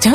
Don't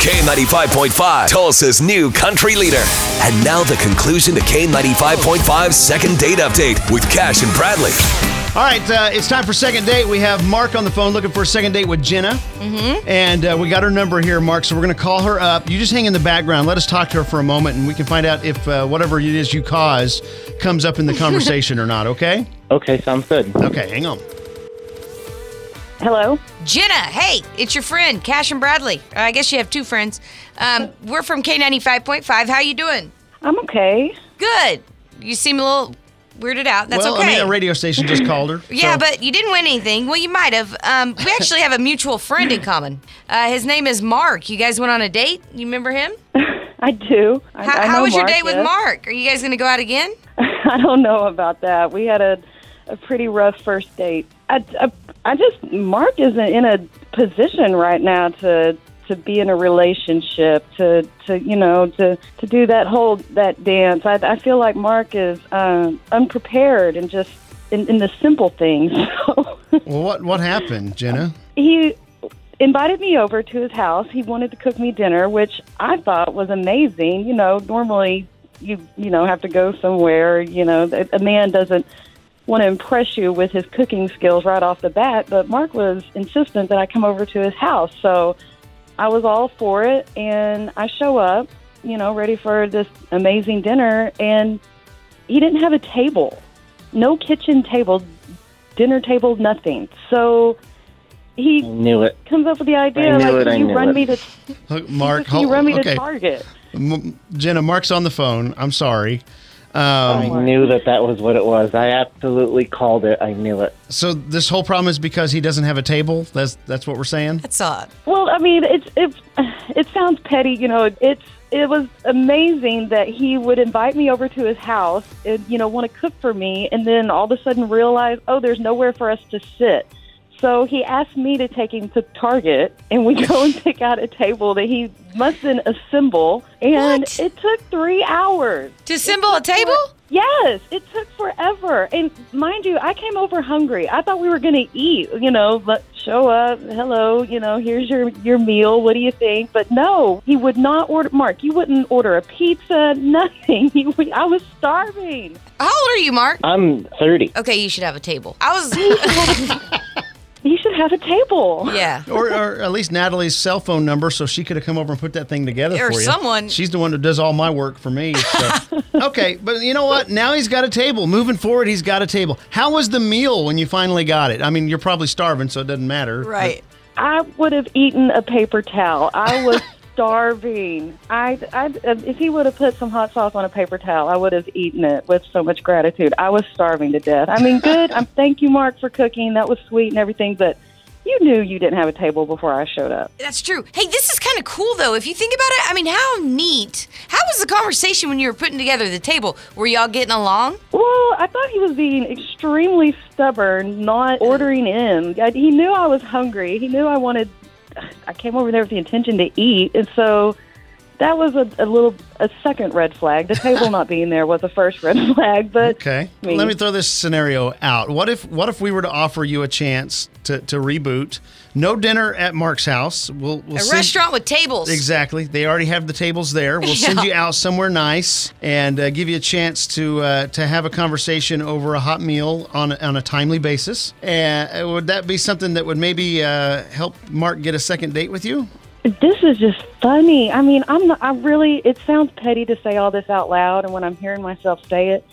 K95.5, Tulsa's new country leader. And now the conclusion to K95.5's second date update with Cash and Bradley. All right, uh, it's time for second date. We have Mark on the phone looking for a second date with Jenna. Mm-hmm. And uh, we got her number here, Mark, so we're going to call her up. You just hang in the background. Let us talk to her for a moment, and we can find out if uh, whatever it is you caused comes up in the conversation or not, okay? Okay, sounds good. Okay, hang on. Hello. Jenna, hey, it's your friend Cash and Bradley. Uh, I guess you have two friends. Um, we're from K ninety five point five. How you doing? I'm okay. Good. You seem a little weirded out. That's well, okay. I mean, a radio station just called her. yeah, so- but you didn't win anything. Well, you might have. Um, we actually have a mutual friend in common. Uh, his name is Mark. You guys went on a date. You remember him? I do. I, How, I how know was your Mark, date with yes. Mark? Are you guys going to go out again? I don't know about that. We had a, a pretty rough first date. I, I, I just Mark isn't in a position right now to to be in a relationship to to you know to to do that whole that dance. I, I feel like Mark is um, unprepared and just in, in the simple things. So Well, what, what happened, Jenna? he invited me over to his house. He wanted to cook me dinner, which I thought was amazing. You know, normally you you know have to go somewhere. You know, a a man doesn't want to impress you with his cooking skills right off the bat. But Mark was insistent that I come over to his house, so I was all for it, and I show up. You know, ready for this amazing dinner, and he didn't have a table, no kitchen table, dinner table, nothing. So he I knew it. comes up with the I idea knew like it, I you knew run it. me to Look, Mark, you hold- run me okay. to Target. M- Jenna, Mark's on the phone. I'm sorry. Um, I knew that that was what it was. I absolutely called it. I knew it. so this whole problem is because he doesn't have a table. That's that's what we're saying. That's odd. Well, I mean, it's it's it sounds petty, you know. It's it was amazing that he would invite me over to his house and you know want to cook for me, and then all of a sudden realize, oh, there's nowhere for us to sit. So he asked me to take him to Target, and we go and pick out a table that he mustn't assemble, and What? it took three hours. To assemble a table? Yes, it took forever. And mind you, I came over hungry. I thought we were going to eat, you know, but show up, hello, you know, here's your your meal. What do you think? But no, he would not order Mark, you wouldn't order a pizza, nothing. He would, I was starving. How old are you, Mark? I'm 30. Okay, you should have a table. I was. You should have a table. yeah. Or, or at least Natalie's cell phone number, so she could have come over and put that thing together Or for you. someone. She's the one that does all my work for me. so. okay, but you know what? Now he's got a table. Moving forward, he's got a table. How was the meal when you finally got it? I mean, you're probably starving, so it doesn't matter. Right. I would have eaten a paper towel. I was starving. I, I if he would have put some hot sauce on a paper towel, I would have eaten it with so much gratitude. I was starving to death. I mean, good. I'm thank you, Mark, for cooking. That was sweet and everything, but you knew you didn't have a table before I showed up. That's true. Hey, this is kind of cool though. If you think about it, I mean, how neat. How was the conversation when you were putting together the table? Were y'all getting along? Well, I thought he was being extremely stubborn, not ordering in. I, he knew I was hungry. He knew I wanted. I came over there with the intention to eat, and so that was a, a little a second red flag. The table not being there was a first red flag, but Okay. Me. Let me throw this scenario out. What if what if we were to offer you a chance to, to reboot? No dinner at Mark's house. We'll, we'll A send- restaurant with tables. Exactly. They already have the tables there. We'll send you out somewhere nice and uh, give you a chance to uh, to have a conversation over a hot meal on on a timely basis. And uh, would that be something that would maybe uh, help Mark get a second date with you? this is just funny. I mean, I'm not, I really. It sounds petty to say all this out loud, and when I'm hearing myself say it,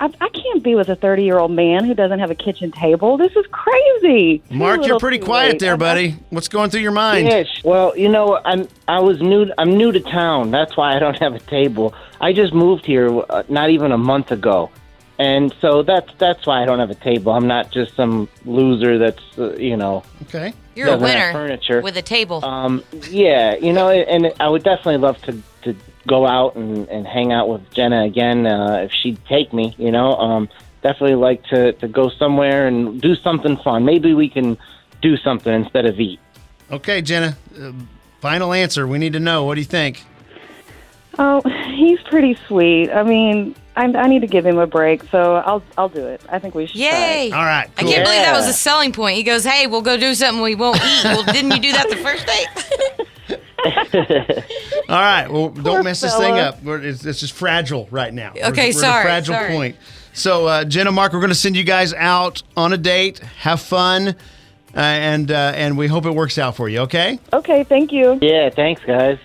I, I can't be with a 30 year old man who doesn't have a kitchen table. This is crazy. Too Mark, you're little, pretty too quiet late. there, I'm- I'm buddy. What's going through your mind? Ish. Well, you know, I'm I was new. I'm new to town. That's why I don't have a table. I just moved here uh, not even a month ago, and so that's that's why I don't have a table. I'm not just some loser that's uh, you know Okay. You're a doesn't have winner furniture. Uh, with a table. Um, yeah, you know, and I would definitely love to, to to go out and, and hang out with Jenna again uh, if she'd take me. You know, um, definitely like to to go somewhere and do something fun. Maybe we can do something instead of eat. Okay, Jenna. Uh, final answer. We need to know. What do you think? Oh, he's pretty sweet. I mean, I, I need to give him a break, so I'll I'll do it. I think we should. try it. Yay! All right. I Cool. can't believe that was Yeah. a selling point. He goes, "Hey, we'll go do something we won't eat." well, didn't you do that the first date? All right. Well, don't mess this thing fella. up. We're, it's, it's just fragile right now. We're- Okay, we're, at a sorry, fragile sorry. point. So, uh, Jenna, Mark, we're going to send you guys out on a date. Have fun, uh, and uh, and we hope it works out for you. Okay. Okay, thank you. Yeah, thanks, guys.